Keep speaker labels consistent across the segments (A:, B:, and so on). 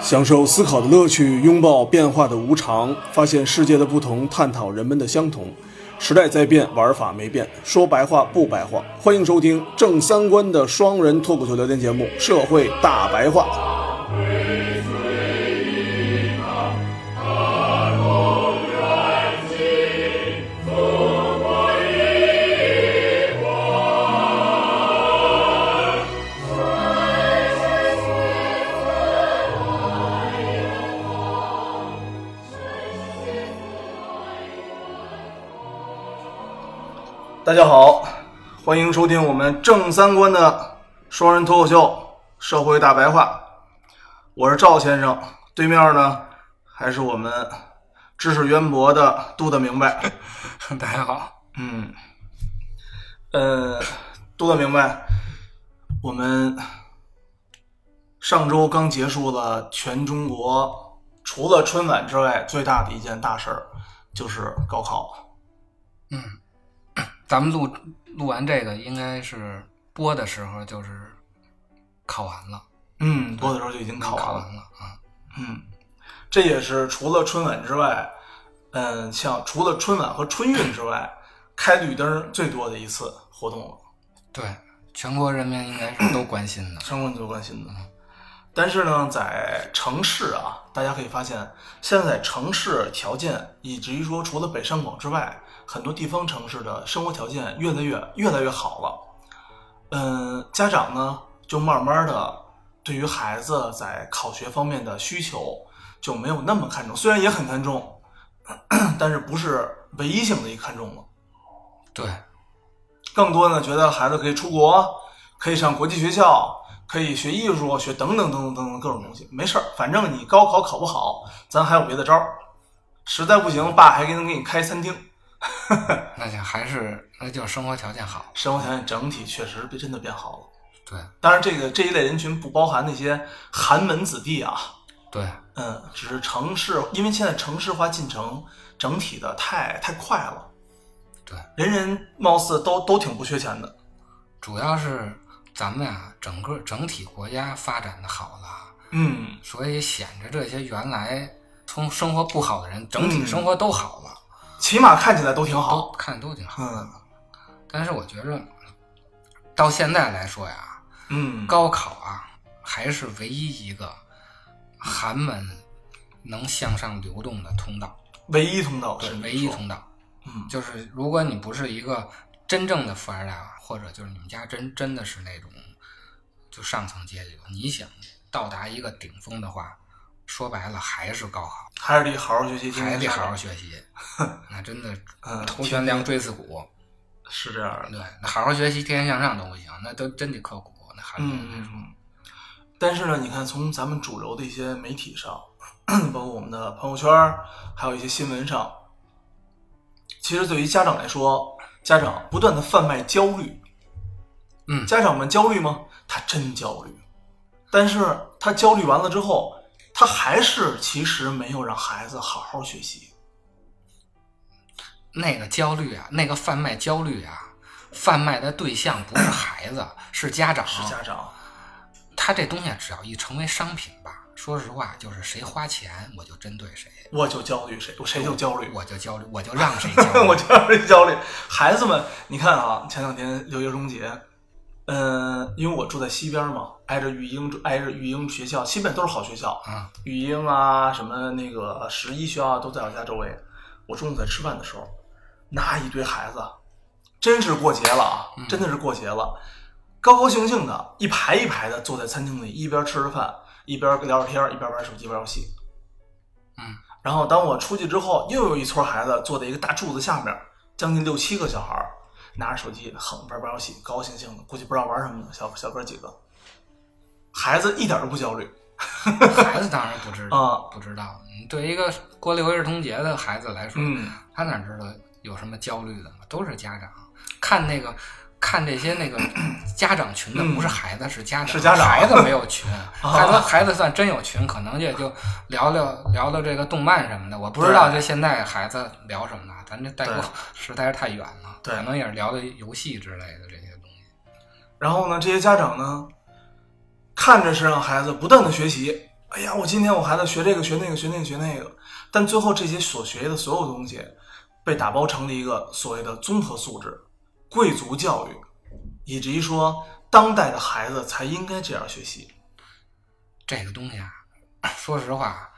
A: 享受思考的乐趣，拥抱变化的无常，发现世界的不同，探讨人们的相同。时代在变，玩法没变，说白话不白话。欢迎收听正三观的双人脱口秀聊天节目《社会大白话》。大家好，欢迎收听我们正三观的双人脱口秀《社会大白话》，我是赵先生，对面呢还是我们知识渊博的杜的明白，
B: 大家好，
A: 嗯，呃，杜的明白，我们上周刚结束了全中国除了春晚之外最大的一件大事儿，就是高考，
B: 咱们录录完这个，应该是播的时候就是考完了，
A: 嗯，多的时候就已经考完
B: 考
A: 了。
B: 完了啊，
A: 嗯，这也是除了春晚之外，嗯，像除了春晚和春运之外，开绿灯最多的一次活动了，，
B: 对，全国人民应该是都关心的
A: 相关最关心的。但是呢，在城市啊，大家可以发现，现在城市条件以至于说，除了北上广之外，很多地方城市的生活条件越来越越来越好了。嗯，家长呢就慢慢的对于孩子在考学方面的需求就没有那么看重，虽然也很看重， 但是不是唯一性的一个看重了。
B: 对，
A: 更多呢觉得孩子可以出国，可以上国际学校，可以学艺术，学等等等等等等各种东西。没事儿，反正你高考考不好，咱还有别的招儿。实在不行，爸还给能给你开餐厅。
B: 那就还是那就生活条件好，
A: 生活条件整体确实真的变好了。
B: 对
A: 当然，这个这一类人群不包含那些寒门子弟啊，
B: 对，
A: 嗯，只是城市，因为现在城市化进程整体的太太快了，
B: 对，
A: 人人貌似都都挺不缺钱的，
B: 主要是咱们啊，整个整体国家发展的好了，
A: 嗯，
B: 所以显着这些原来从生活不好的人，整体
A: 嗯
B: 生活都好了，
A: 起码看起来都挺
B: 都
A: 好，
B: 看都挺好，
A: 嗯
B: 但是我觉着到现在来说呀，
A: 嗯，
B: 高考啊，还是唯一一个寒门能向上流动的通道，
A: 唯一通道
B: 对
A: 是，你
B: 唯一
A: 说
B: 通道。
A: 嗯
B: 就是如果你不是一个真正的富二代啊，或者就是你们家真真的是那种就上层阶级了，你想到达一个顶峰的话，说白了还是高考，
A: 还是得好好学习，天
B: 还
A: 天
B: 得
A: 上
B: 好
A: 班
B: 好学习， 那真的
A: 嗯
B: 头悬梁锥刺股。
A: 是这样的，
B: 对，那好好学习，天天向上都不行，那都真得刻苦。那寒门
A: 嗯嗯嗯。但是呢，你看从咱们主流的一些媒体上， 包括我们的朋友圈儿，还有一些新闻上，其实对于家长来说，家长不断的贩卖焦虑。
B: 嗯
A: 家长们焦虑吗？他真焦虑，但是他焦虑完了之后，他还是其实没有让孩子好好学习。
B: 那个焦虑啊，那个贩卖焦虑啊，贩卖的对象不是孩子，是家长。
A: 是家长，
B: 他这东西只要一成为商品吧，说实话，就是谁花钱我就针对谁，
A: 我就焦虑，谁谁就焦虑，
B: 我就焦虑，我就让谁焦 虑。
A: 我就是焦虑。孩子们，你看啊，前两天六一儿童节，嗯、因为我住在西边嘛，挨着育英，挨着育英学校，西边都是好学校，
B: 啊，
A: 育英啊，什么那个十一学校啊都在我家周围。我中午在吃饭的时候，那一堆孩子，真是过节了啊，真的是过节了，高高兴兴的，一排一排的坐在餐厅里，一边吃着饭，一边聊着天儿，一边玩手机玩游戏。
B: 嗯，
A: 然后当我出去之后，又有一撮孩子坐在一个大柱子下面，将近六七个小孩儿拿着手机横玩玩游戏，高高兴兴的，估计不知道玩什么呢，小小哥几个，孩子一点都不焦虑。
B: 孩子当然不知
A: 啊
B: 不知道。你对一个过六一儿童节的孩子来说，
A: 嗯
B: 他哪知道有什么焦虑的嘛？都是家长看那个。看这些 那个家长群的
A: 嗯
B: 不是孩子，是家长。
A: 是家长啊
B: 孩子 没有群，孩子孩子算真有群，可能也就聊聊聊聊这个动漫什么的。我不知道这现在孩子聊什么呢，咱这代沟
A: 对
B: 实在是太远了。
A: 对
B: 可能也是聊的游戏之类的这些东西。
A: 然后呢，这些家长呢，看着是让孩子不断的学习，哎呀，我今天我孩子学这个学那个学那个学那个，但最后这些所学的所有东西被打包成了一个所谓的综合素质、贵族教育，以至于说当代的孩子才应该这样学习。
B: 这个东西啊， 说实话，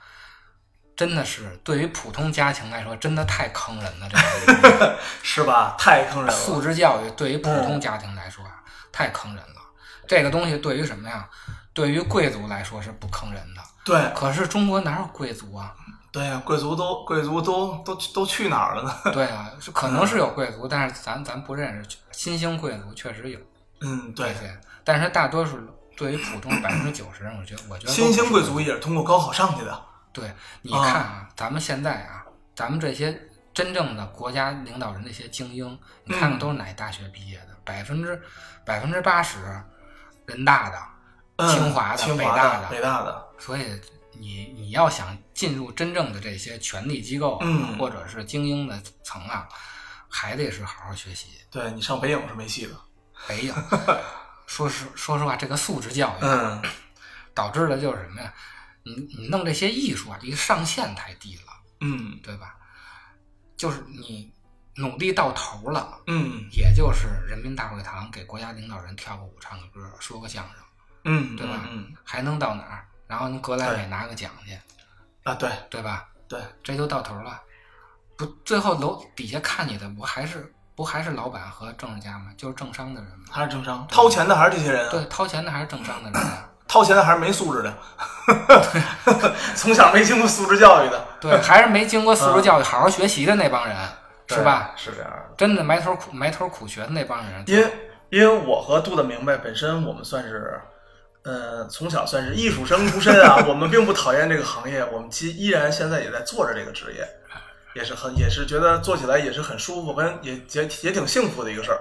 B: 真的是对于普通家庭来说，真的太坑人了。这个东西
A: 是吧？太坑人了。
B: 素质教育对于普
A: 嗯
B: 通家庭来说啊，太坑人了。这个东西对于什么呀？对于贵族来说是不坑人的。
A: 对
B: 可是中国哪有贵族啊？
A: 对呀，贵族都贵族都都都去哪儿了呢？
B: 对啊，是可能是有贵族，但是咱咱不认识。新兴贵族确实有
A: 嗯，
B: 这
A: 对，
B: 些，但是大多数对于普通百分之九十，我觉得我觉得都
A: 新兴
B: 不
A: 贵
B: 是
A: 族也是通过高考上去的。
B: 对，你
A: 啊
B: 看啊，咱们现在啊，咱们这些真正的国家领导人这些精英，你
A: 嗯
B: 看看都是哪大学毕业的？百分之百分之八十，人大的。
A: 嗯，
B: 清华的
A: 清
B: 北
A: 华
B: 大
A: 的，
B: 的
A: 北大的，
B: 所以你你要想进入真正的这些权力机构啊，
A: 嗯
B: 或者是精英的层啊，还得是好好学习。
A: 对你上北影是没戏的。
B: 北 影，说实说实话，这个素质教育啊
A: 嗯，
B: 导致的就是什么呀？你你弄这些艺术啊，这个上限太低了。
A: 嗯
B: 对吧？就是你努力到头了，
A: 嗯
B: 也就是人民大会堂给国家领导人跳个舞、唱个歌、说个相声，
A: 嗯，
B: 对吧
A: 嗯
B: 还能到哪儿？然后您格莱
A: 对
B: 美拿个奖去，
A: 啊，对
B: 对吧？
A: 对，
B: 这就到头了。不，最后楼底下看你的不还是不还是老板和政治家吗？就是政商的人吗？
A: 还是政商，掏钱的还是这些人啊，
B: 对，掏钱的还是政商的人啊。
A: 掏钱的还是没素质的，从小没经过素质教育的，
B: 对，还是没经过素质教育、好好学习的那帮人，是
A: 嗯
B: 吧？
A: 对？是这样的，
B: 真的埋头苦埋头苦学的那帮人，
A: 因为因为我和杜的明白，本身我们算是。呃，从小算是艺术生出身啊，我们并不讨厌这个行业，我们其依然现在也在做着这个职业，也是很也是觉得做起来也是很舒服，跟也也也挺幸福的一个事儿。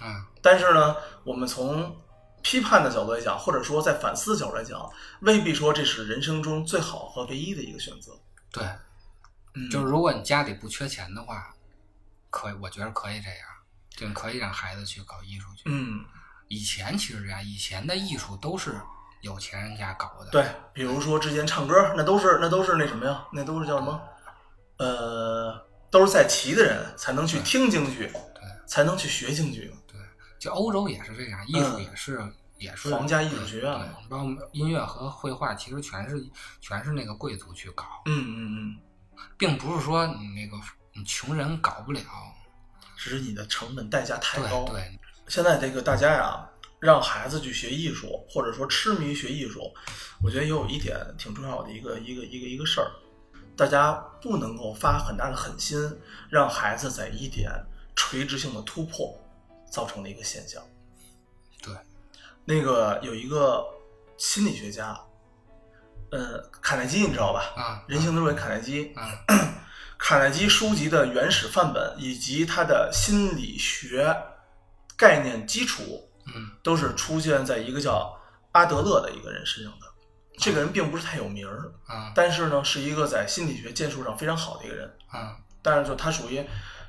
B: 嗯，
A: 但是呢，我们从批判的角度来讲，或者说在反思的角度来讲，未必说这是人生中最好和唯一的一个选择。
B: 对，
A: 嗯
B: 就是如果你家里不缺钱的话，可以，我觉得可以这样，就可以让孩子去搞艺术去。
A: 嗯，
B: 以前其实这样，以前的艺术都是有钱人家搞的。
A: 对，比如说之前唱歌，那都是那都是那什么呀？那都是叫什么？呃，都是在齐的人才能去听京剧，
B: 对
A: 才能去学京剧。
B: 就欧洲也是这样，艺术也是、也是
A: 嗯皇家艺术学院
B: 对包括音乐和绘画，其实全是全是那个贵族去搞，
A: 嗯嗯
B: 并不是说你那个你穷人搞不了。
A: 嗯，只是你的成本代价太
B: 对
A: 高。
B: 对，
A: 现在这个大家呀，让孩子去学艺术，或者说痴迷于学艺术，我觉得也有一点挺重要的一个一个一个一个事儿，大家不能够发很大的狠心，让孩子在一点垂直性的突破，造成的一个现象。
B: 对，
A: 那个有一个心理学家，呃，卡耐基你知道吧？
B: 啊
A: 人性之本卡耐基，
B: 啊，
A: 卡耐基书籍的原始范本以及他的心理学概念基础，
B: 嗯
A: 都是出现在一个叫阿德勒的一个人身上的。这个人并不是太有名儿，
B: 啊
A: 但是呢，是一个在心理学建树上非常好的一个人。
B: 啊
A: 但是就他属于，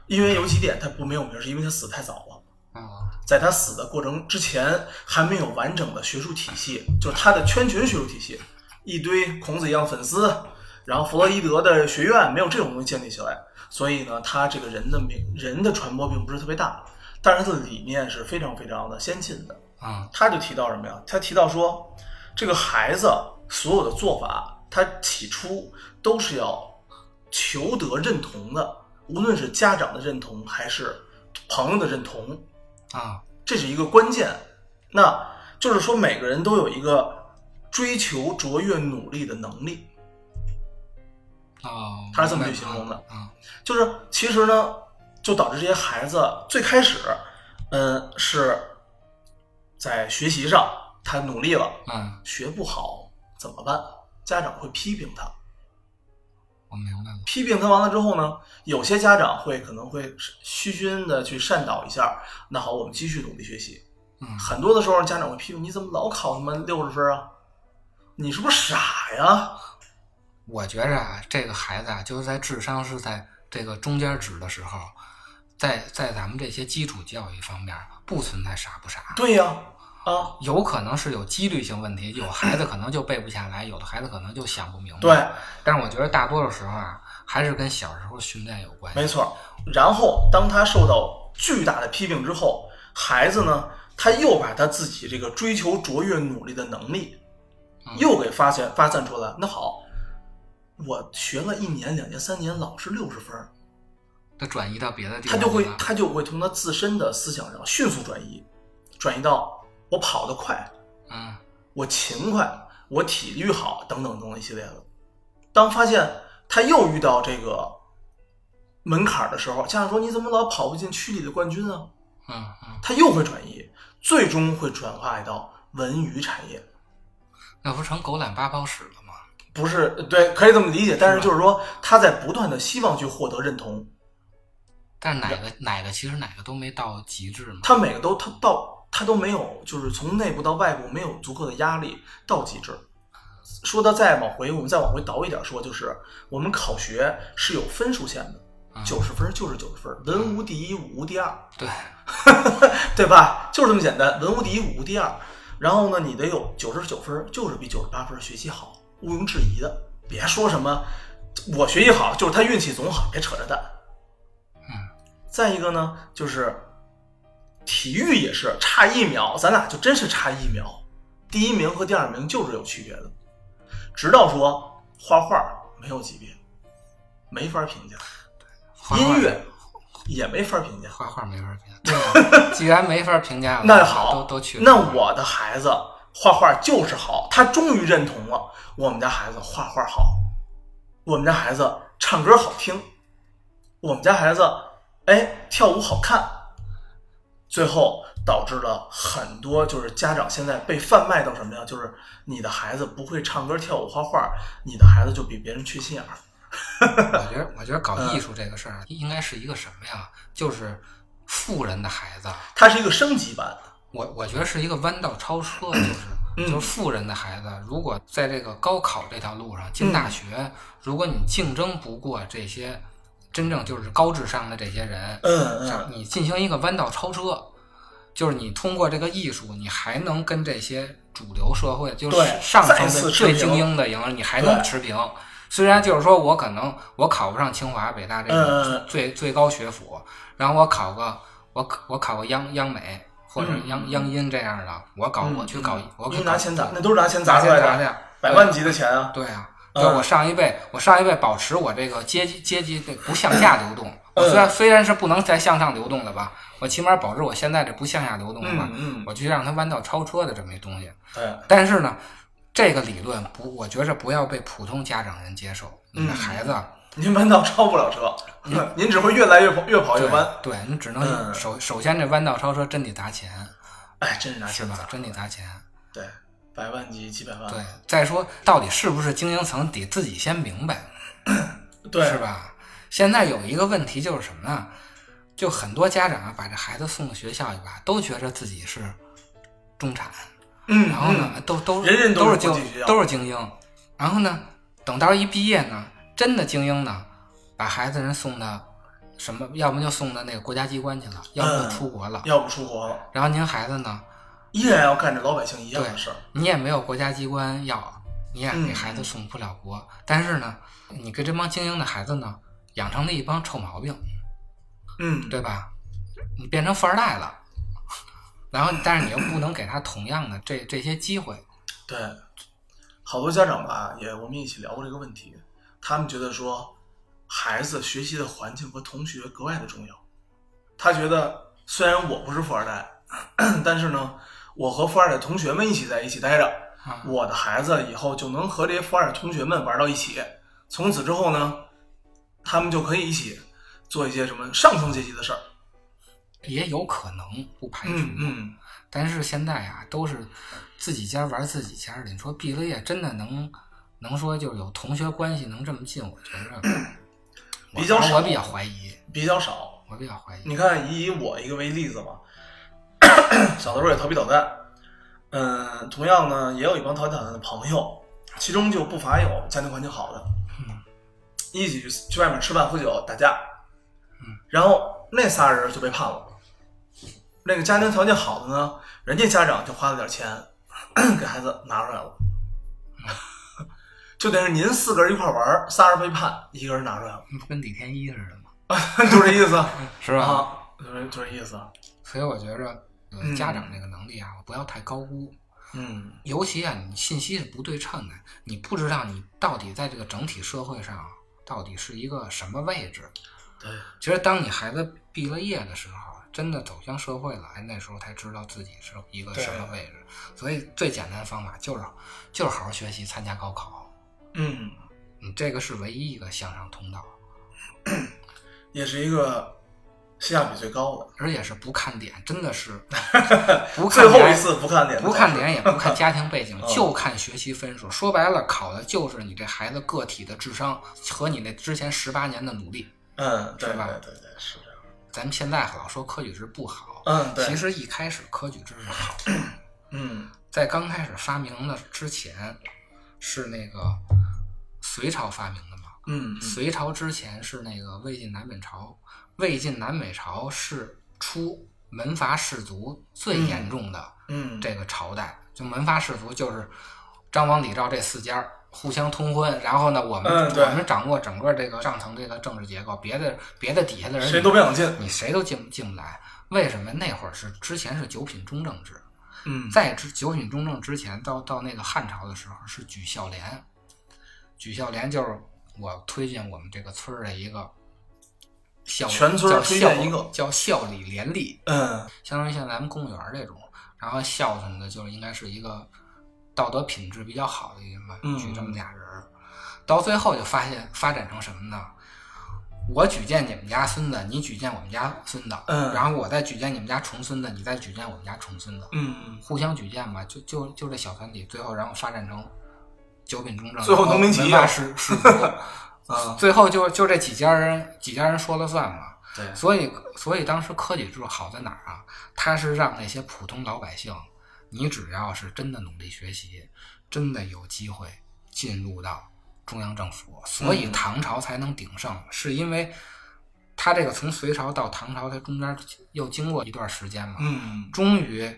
A: 因为有几点他不没有名儿，是因为他死太早了。
B: 啊，
A: 在他死的过程之前，还没有完整的学术体系，就是他的圈群学术体系，一堆孔子一样粉丝，然后弗洛伊德的学院没有这种东西建立起来，所以呢，他这个人的名人的传播并不是特别大，但是他的理念是非常非常的先进的。
B: 啊
A: 他就提到什么呀？他提到说，这个孩子所有的做法，他起初都是要求得认同的，无论是家长的认同还是朋友的认同，
B: 啊，
A: 这是一个关键。那就是说，每个人都有一个追求卓越、努力的能力，
B: 哦，
A: 他是这么去形容的
B: 啊
A: 就是其实呢，就导致这些孩子最开始，嗯，是在学习上他努力了，
B: 啊，
A: 学不好怎么办？家长会批评他，
B: 我明白了。
A: 批评他完了之后呢，有些家长会可能会虚心的去善导一下。那好，我们继续努力学习。
B: 嗯，
A: 很多的时候，家长会批评你怎么老考他妈六十分啊？你是不是傻呀？
B: 我觉着啊，这个孩子啊，就是在智商是在这个中间值的时候，在在咱们这些基础教育方面不存在傻不傻，
A: 对呀、啊，
B: 有可能是有几率性问题，有孩子可能就背不下来，有的孩子可能就想不明白。
A: 对，
B: 但是我觉得大多数时候啊，还是跟小时候训练有关系。
A: 没错。然后当他受到巨大的批评之后，孩子呢，他又把他自己这个追求卓越、努力的能力，又给发现发散出来。那好，我学了一年、两年、三年，老是六十分儿，
B: 他转移到别的地
A: 他
B: 方去
A: 就
B: 了，
A: 会他就会从他自身的思想上迅速转移，转移到我跑得快，
B: 嗯
A: 我勤快，我体育好，等等等等一系列的。当发现他又遇到这个门槛儿的时候，家长说你怎么老跑不进区里的冠军啊？
B: 嗯嗯。
A: 他又会转移，最终会转化到文娱产业。
B: 那不成狗懒八泡屎了吗？
A: 不是对，可以这么理解，但是就是说，他在不断的希望去获得认同，
B: 但是哪个哪个其实哪个都没到极致嘛。
A: 他每个都他到他都没有，就是从内部到外部没有足够的压力到极致。说到再往回，我们再往回倒一点说，就是我们考学是有分数线的，
B: 嗯
A: 九十分就是九十分，文无第一，武无第二，
B: 对，
A: 对吧？就是这么简单，文无第一，武无第二。然后呢，你得有九十九分，就是比九十八分学习好，毋庸置疑的。别说什么我学习好，就是他运气总好，别扯着蛋。
B: 嗯，
A: 再一个呢，就是体育也是差一秒，咱俩就真是差一秒，第一名和第二名就是有区别的。直到说画画没有级别，没法评价，
B: 画画
A: 音乐也没法评价。
B: 画画没法评价。对啊既然没法评价了，
A: 那好，
B: 都都去了。
A: 那我的孩子画画就是好，他终于认同了我们家孩子画画好，我们家孩子唱歌好听，我们家孩子哎跳舞好看，最后导致了很多就是家长现在被贩卖到什么呀？就是你的孩子不会唱歌、跳舞、画画，你的孩子就比别人缺心眼儿。
B: 我觉得，我觉得搞
A: 嗯
B: 艺术这个事儿应该是一个什么呀？就是富人的孩子，
A: 它是一个升级版的，
B: 我我觉得是一个弯道超车，就是、
A: 嗯
B: 就是富人的孩子，如果在这个高考这条路上
A: 嗯
B: 进大学，如果你竞争不过这些真正就是高智商的这些人，
A: 嗯
B: 像
A: 嗯，
B: 你进行一个弯道超车，就是你通过这个艺术，你还能跟这些主流社会，就是
A: 对
B: 上
A: 再
B: 层
A: 次
B: 的
A: 持平
B: 最精英的赢，你还能
A: 对
B: 持平。虽然就是说我可能我考不上清华、北大这
A: 嗯嗯
B: 种
A: 嗯
B: 最、最高学府，然后我考个我考我考个央央美或者
A: 嗯
B: 央、央音这样的，我搞、我去搞我
A: 因
B: 去
A: 为
B: 搞嗯
A: 拿钱砸，那都是拿钱
B: 拿
A: 砸出来
B: 砸去
A: 的，，百万级的钱啊。
B: 对啊，
A: 嗯
B: 就是我上一辈，我上一辈保持我这个阶级阶级这不向下流动，
A: 嗯
B: 我虽然虽然是不能再向上流动了吧，我起码保持我现在这不向下流动的话，
A: 嗯嗯，
B: 我去让它弯道超车的这么一东西。
A: 对。
B: 但是呢，这个理论不，我觉着不要被普通家长人接受，你
A: 嗯
B: 的孩子。
A: 您弯道超不了 车，您只会越来越跑，越跑越
B: 对
A: 弯。
B: 对你只
A: 嗯
B: 能首首先这弯道超车真得砸钱，
A: 哎，真是嗯拿
B: 是
A: 钱
B: 吧
A: 砸？，
B: 真得砸钱。
A: 对，百万级几百万，
B: 对，再说到底是不是精英层，得自己先明白。
A: 对
B: 是吧？现在有一个问题就是什么呢？就很多家长啊，把这孩子送到学校以吧，都觉着自己是中产，
A: 嗯，
B: 然后呢，哎
A: 嗯，
B: 都都
A: 人人都
B: 都
A: 是
B: 是
A: 国际
B: 精
A: 学校
B: 都是精英，然后呢，等到一毕业呢，真的精英呢，把孩子人送到什么，要么就送到那个国家机关去了，要
A: 嗯
B: 么就出国了，
A: 要不出国了，
B: 然后您孩子呢，
A: 依然要干着老百姓一样的
B: 对
A: 事儿。
B: 你也没有国家机关要，你也
A: 嗯
B: 给孩子送不了国，但是呢，你跟这帮精英的孩子呢，养成了一帮臭毛病。
A: 嗯，
B: 对吧？你变成富二代了，然后但是你又不能给他同样的这这些机会，
A: 对，好多家长吧，也我们一起聊过这个问题，他们觉得说，孩子学习的环境和同学格外的重要。他觉得虽然我不是富二代， 但是呢，我和富二代同学们一起在一起待着，
B: 啊、
A: 我的孩子以后就能和这些富二代同学们玩到一起。从此之后呢，他们就可以一起做一些什么上层阶级的事儿。
B: 也有可能不排除。
A: 嗯嗯，
B: 但是现在啊，都是自己家玩自己家的。你说毕了业真的能能说就有同学关系能这么近？我觉 着我
A: 比较少
B: 我比较怀疑，
A: 比较少。
B: 我比较怀疑。
A: 你看，以我一个为例子嘛，小的时候也调皮捣蛋。嗯，同样呢，也有一帮调皮捣蛋的朋友，其中就不乏有家庭环境好的，
B: 嗯
A: 一起去去外面吃饭、喝酒、打架
B: 嗯，
A: 然后那仨人就被判了。那个家庭条件好的呢，人家家长就花了点钱给孩子拿出来了，就等于您四个人一块玩儿，仨人背叛，一个人拿出来了，
B: 不跟李天一似的吗？
A: 就这意思
B: 是吧？
A: 啊，就这就这意思，
B: 所以我觉着，
A: 嗯
B: 呃，家长这个能力啊，不要太高估。
A: 嗯
B: 尤其啊，你信息是不对称的，你不知道你到底在这个整体社会上到底是一个什么位置。
A: 对，
B: 其实，当你孩子毕了业的时候，啊真的走向社会了，哎，那时候才知道自己是一个
A: 对
B: 什么位置。所以，最简单的方法就是就是好好学习，参加高考，
A: 嗯，
B: 你这个是唯一一个向上通道，
A: 也是一个性价比最高的，
B: 而且是不看点，真的是不看
A: 最
B: 点
A: 后一次不看脸，
B: 不看脸也不 看家庭背景
A: 嗯，
B: 就看学习分数。说白了，考的就是你这孩子个体的智商和你那之前十八年的努力。
A: 嗯，对
B: 是
A: 对
B: 吧
A: 对对，是这样。
B: 咱们现在老说科举制不好，
A: 嗯，对，
B: 其实一开始科举制是好的，
A: 嗯
B: 在刚开始发明的之前，是那个隋朝发明的嘛。
A: 嗯嗯
B: 隋朝之前是那个魏晋南北朝，魏晋南北朝是出门阀士族最严重的
A: 嗯，
B: 这个朝代，就门阀士族就是张王李赵这四家儿互相通婚，然后呢，我们、
A: 嗯对
B: 我们掌握整个这个上层这个政治结构，别的别的底下的
A: 嗯
B: 人
A: 谁都别想进。
B: 你谁都进进不来。为什么那会儿是之前是九品中正制，
A: 嗯，
B: 在之九品中正之前，到到那个汉朝的时候是举孝廉，举孝廉就是我推荐我们这个村儿的一个孝，
A: 全村儿
B: 叫
A: 推
B: 孝
A: 荐一个
B: 叫孝礼廉吏，
A: 嗯
B: 相当于像咱们公务员儿这种，然后孝顺的就是应该是一个道德品质比较好的一个嘛，
A: 嗯
B: 举这么俩人儿，到最后就发现发展成什么呢？我举荐你们家孙子，你举荐我们家孙子，
A: 嗯
B: 然后我再举荐你们家重孙子，你再举荐我们家重孙子，
A: 嗯，
B: 互相举荐吧，就就就这小团体，最后然后发展成九品中正，
A: 最后农民起义
B: 文化十十足，
A: 啊，
B: 最后就就这几家人几家人说了算嘛，
A: 对，
B: 所以，所以当时科举制度好在哪儿啊？它是让那些普通老百姓，你只要是真的努力学习，真的有机会进入到中央政府。所以
A: 嗯
B: 唐朝才能鼎盛，是因为它这个从隋朝到唐朝，它中间又经过一段时间嘛，
A: 嗯，
B: 终于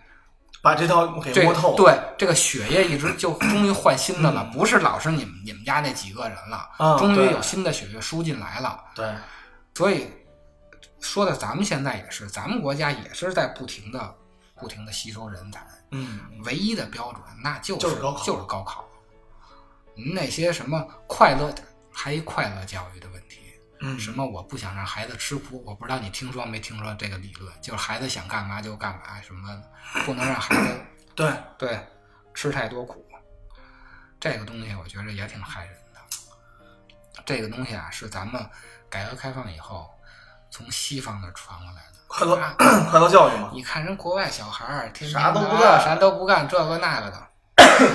A: 把这套给
B: 这
A: 摸透了。
B: 对这个血液一直就终于换新的了，不是老是你们你们家那几个人了，
A: 啊
B: 终于
A: 对
B: 有新的血液输进来了。
A: 对，
B: 所以说的咱们现在也是，咱们国家也是在不停的、不停的吸收人才。
A: 嗯，
B: 唯一的标准那就是
A: 就是高考
B: 就是高考。嗯那些什么快乐，还一快乐教育的问题，
A: 嗯，
B: 什么我不想让孩子吃苦，我不知道你听说没听说这个理论，就是孩子想干嘛就干嘛，什么不能让孩子
A: 对，
B: 对吃太多苦，这个东西我觉着也挺害人的。这个东西啊，是咱们改革开放以后从西方那儿传过来的。啊
A: 快乐 快乐教育嘛，
B: 你看人国外小孩儿，天天
A: 啥都
B: 的
A: 不
B: 啊
A: 干
B: 啥都不干，这个那个的。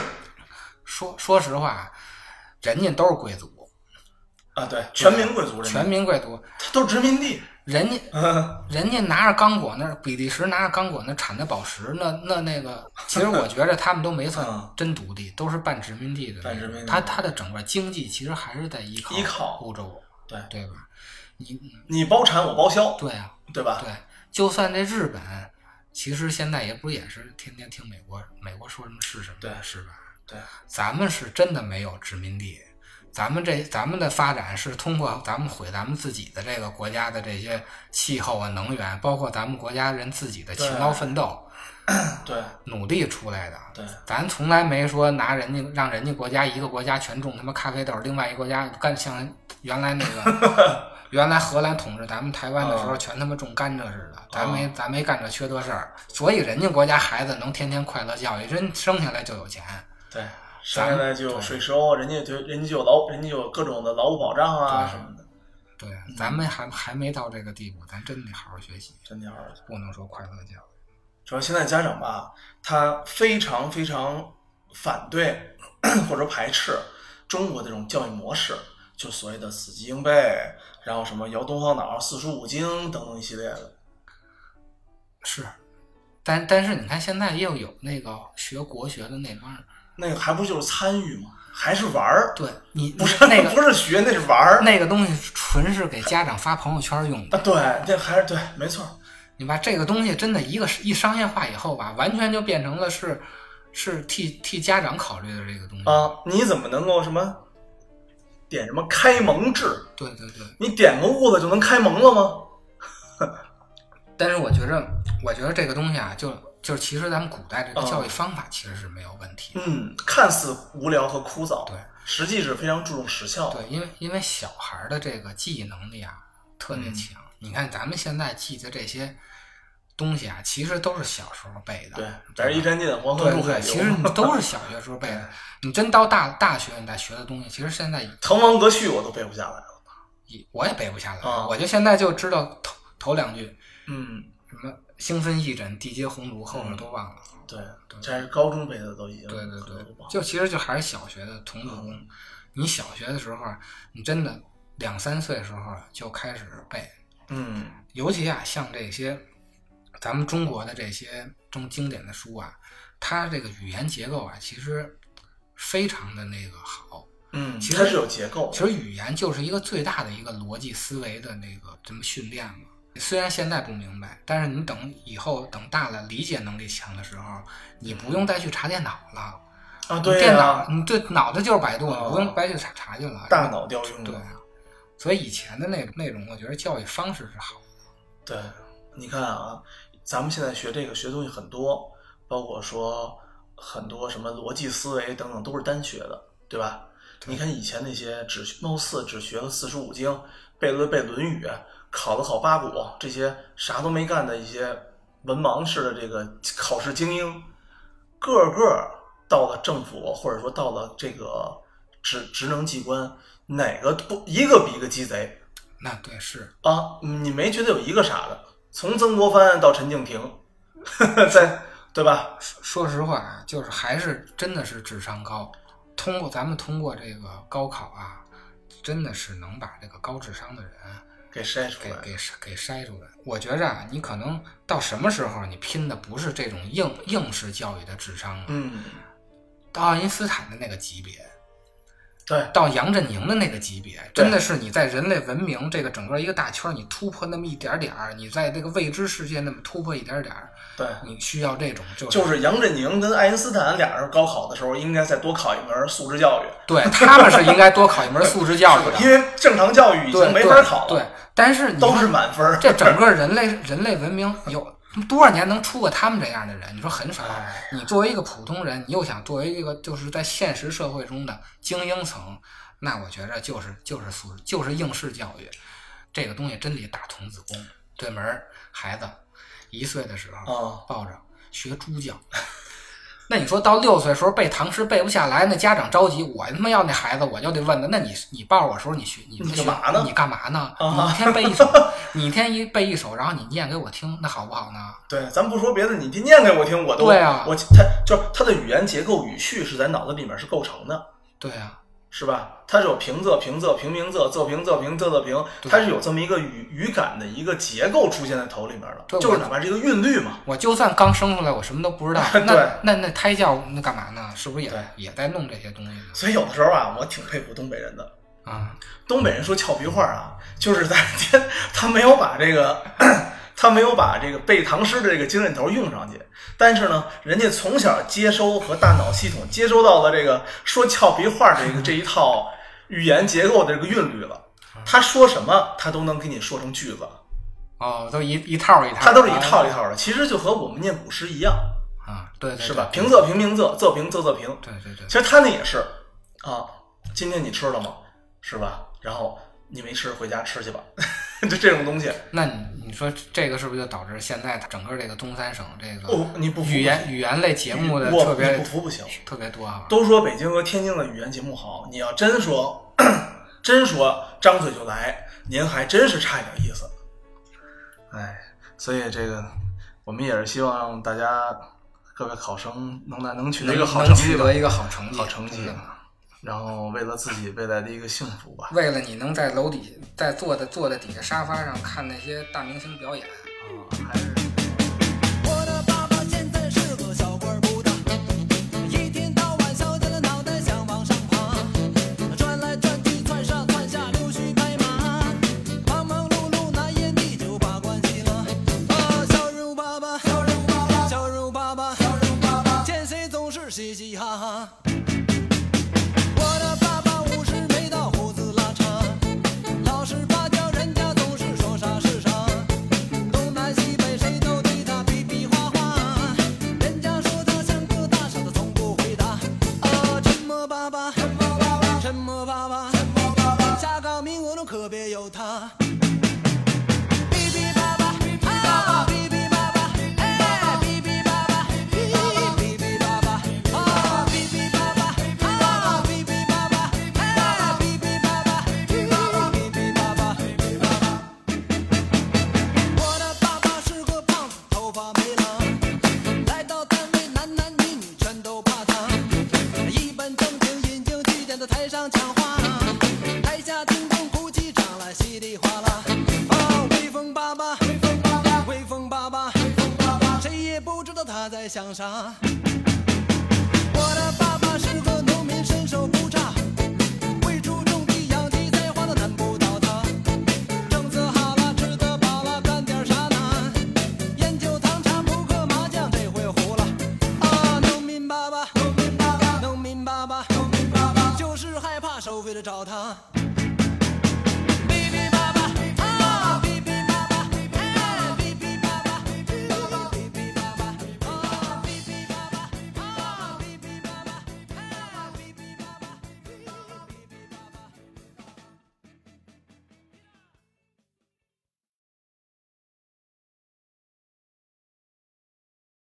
B: 说说实话，啊人家都是贵族，
A: 啊，对，全民贵族人，
B: 全民贵族，
A: 他都殖民地，
B: 人家
A: 嗯，
B: 人家拿着刚果那儿比利时拿着刚果那儿产的宝石，那那 那个，其实我觉着他们都没算
A: 嗯
B: 真独立，都是半殖民地的那
A: 半
B: 种。
A: 殖民地
B: 他他的整个经济其实还是在依靠
A: 依靠
B: 欧洲，
A: 对
B: 对吧？你
A: 你包产我包销，
B: 对啊，
A: 对吧？
B: 对，就算这日本，其实现在也不也是天天听美国美国说什么是什么，
A: 对
B: 是吧？
A: 对，
B: 咱们是真的没有殖民地，咱们这咱们的发展是通过咱们毁咱们自己的这个国家的这些气候啊、能源，包括咱们国家人自己的勤劳奋斗、
A: 对
B: 努力出来的。
A: 对，
B: 咱从来没说拿人家让人家国家一个国家全种他妈咖啡豆，另外一个国家干像原来那 个原来荷兰统治咱们台湾的时候
A: 嗯
B: 全他妈种甘蔗似的，
A: 啊
B: 咱没咱没干这缺德事儿，所以人家国家孩子能天天快乐教育，人生下来就有钱，
A: 对，生下来就有税收，人家就人家就有劳，人家有各种的劳务保障啊
B: 对
A: 什么的，
B: 对，
A: 嗯
B: 咱们还还没到这个地步，咱真得好好学习，
A: 真的儿子。
B: 不能说快乐教育。
A: 主要现在家长吧，他非常非常反对 或者排斥中国这种教育模式，就所谓的死记硬背，然后什么摇东方脑、四书五经等等一系列的。
B: 是，但但是你看现在又有那个学国学的那帮人，
A: 那个还不就是参与吗？还是玩儿？
B: 对你
A: 不是，
B: 那 个
A: 不是学，那是玩儿。
B: 那个东西纯是给家长发朋友圈用的
A: 啊，。对，这还是对，没错儿。
B: 你把这个东西真的一个一商业化以后吧，完全就变成了是是替替家长考虑的这个东西。
A: 啊，你怎么能够什么点什么开蒙制？
B: 对对对。
A: 你点个痦子就能开蒙了吗？
B: 但是我觉着，我觉得这个东西啊，就就是其实咱们古代这
A: 啊
B: 个教育方法其实是没有问题的。
A: 嗯，看似无聊和枯燥，
B: 对，
A: 实际是非常注重实效的。
B: 对，因为因为小孩儿的这个记忆能力啊特
A: 嗯
B: 别强。你看咱们现在记的这些东西啊，其实都是小时候背的。
A: 对，
B: 对吧
A: 白日依山尽，黄河
B: 对
A: 入海流。
B: 对，其实你都是小学时候背的。你真到大大学，你再学的东西，其实现在也
A: 滕王阁序我都背不下来了。
B: 也我也背不下来。
A: 啊
B: 我就现在就知道头头两句，
A: 嗯，
B: 什么兴奋义诊，地接鸿儒，后边都忘了。
A: 对，
B: 对
A: 这还是高中背的都已经
B: 对对
A: 嗯可能不
B: 对
A: 忘，嗯
B: 就其实就还是小学的童子功。你小学的时候啊，你真的两三岁时候啊就开始背，
A: 嗯
B: 尤其啊像这些咱们中国的这些中经典的书啊，它这个语言结构啊，其实非常的那个好。
A: 嗯，
B: 其实
A: 它是有结构的。
B: 其实语言就是一个最大的一个逻辑思维的那个这么训练嘛。虽然现在不明白，但是你等以后等大了理解能力强的时候，你不用再去查电脑了。
A: 啊，
B: 你
A: 对
B: 电
A: 呀
B: 脑，，你对脑袋就是百度，
A: 哦
B: 你不用白去查查去了。
A: 大脑调用
B: 对
A: 的。
B: 啊，所以以前的那那种，我觉得教育方式是好的。
A: 对，你看啊，咱们现在学这个学东西很多，包括说很多什么逻辑思维等等都是单学的，对吧？
B: 对
A: 你看以前那些只貌似只学个四书五经，背了背《论语》，考了考八股，这些啥都没干的一些文盲式的这个考试精英，个个到了政府或者说到了这个职职能机关，哪个不一个比一个鸡贼，
B: 那对是，
A: 啊，你没觉得有一个傻的？从曾国藩到陈敬亭， 在对吧？
B: 说实话啊，就是还是真的是智商高。通过咱们通过这个高考啊，真的是能把这个高智商的人
A: 给筛出
B: 给
A: 来。
B: 给筛给筛出来。我觉着啊，你可能到什么时候，你拼的不是这种应应试教育的智商了，
A: 嗯，
B: 到爱因斯坦的那个级别，
A: 对
B: 到杨振宁的那个级别，真的是你在人类文明这个整个一个大圈儿，你突破那么一点点儿，你在这个未知世界那么突破一点点儿，
A: 对，
B: 你需要这种就是、
A: 就是杨振宁跟爱因斯坦俩人高考的时候，应该再多考一门素质教育，
B: 对他们是应该多考一门素质教育的，
A: 因为正常教育已
B: 对
A: 经没法考
B: 对
A: 了，
B: 对，但是你
A: 都是满分儿。
B: 这整个人类人类文明有多少年能出过他们这样的人？你说很少。你作为一个普通人，你又想作为一个就是在现实社会中的精英层，那我觉着就是就是素就是应试教育，这个东西真得打童子功。对门儿孩子一岁的时候
A: 啊，
B: 抱着学猪叫。那你说到六岁时候背唐诗背不下来，那家长着急，我他妈要那孩子，我就得问他，那你你抱着我时候你学你
A: 你
B: 学
A: 干嘛呢
B: 你干嘛呢？
A: 啊
B: 你一天 背一首，你一天一背一首，然后你念给我听，那好不好呢？
A: 对，咱不说别的，你今念给我听，我都
B: 对啊
A: 我他就是他的语言结构、语序是在脑子里面是构成的。
B: 对啊，
A: 是吧？它是有平仄、平仄、平平仄、仄平仄平仄仄平，
B: 对
A: 它是有这么一个语语感的一个结构出现在头里面的，
B: 对
A: 就是
B: 我
A: 哪怕是一个韵律嘛。
B: 我就算刚生出来，我什么都
A: ，
B: 不知道
A: 对
B: 那那那胎教那干嘛呢？是不是
A: 对
B: 也也在弄这些东西呢？
A: 所以有的时候啊，我挺佩服东北人的。
B: 啊，
A: 东北人说俏皮话啊，就是他他没有把这个 他没有把这个背唐诗的这个精神头用上去，但是呢，人家从小接收和大脑系统接收到了这个说俏皮话这个这一套语言结构的这个韵律了，
B: 嗯
A: 他说什么他都能给你说成句子。
B: 哦，都一一套一套的，
A: 它都是一套一套的，其实就和我们念古诗一样，
B: 啊，对对对
A: 是吧？平仄平平仄，仄平仄仄平。
B: 对对对
A: 其，实他那也是啊，今天你吃了吗？是吧？然后你没吃，回家吃去吧。 就这种东西，
B: 那你你说这个是不是就导致现在整个这个东三省这个
A: 哦你不服
B: 语言语言类节目的
A: 我
B: 特
A: 你
B: 别
A: 不服不行。
B: 特别多哈？
A: 都说北京和天津的语言节目好，你要真说 真说张嘴就来，您还真是差一点意思。哎，所以这个我们也是希望让大家各位考生能来能取得一个好
B: 能
A: 成
B: 取
A: 绩吧
B: 得。一个好成绩，
A: 好成绩
B: 真的
A: 啊，然后为了自己未来的一个幸福吧。
B: 为了你能在楼底在坐的坐在底下沙发上看那些大明星表演，
A: 还是
C: 我的爸爸现在是个小官不当，一天到晚削尖了脑袋想往上爬，转来转去窜上窜下溜须拍马，忙忙碌碌拿烟递酒把关系了，啊，可别有他。哔哔叭叭，啊，哔哔叭叭，哎，哔哔叭叭，哔哔叭叭，啊，哔哔叭叭，啊，哔哔叭叭，哎，哔哔叭叭，哔哔叭叭，哔叭叭。我的爸爸是个胖子，头发没狼，来到单位男男女女全都怕他，一本正经引经据典的台上讲话，台下听众鼓起掌来稀里哗啦。啊，威风爸爸，威风爸爸，威风爸爸，威风爸爸，谁也不知道他在想啥。我的爸爸是个农民，身手不差，会出种地，养鸡栽花的难不倒他。政策好了，吃得饱了，干点啥呢？烟酒糖茶扑克麻将，这回胡了。啊，农民爸爸，农民爸爸，农民爸爸，农民爸爸，就是害怕收费的找他。啊哎啊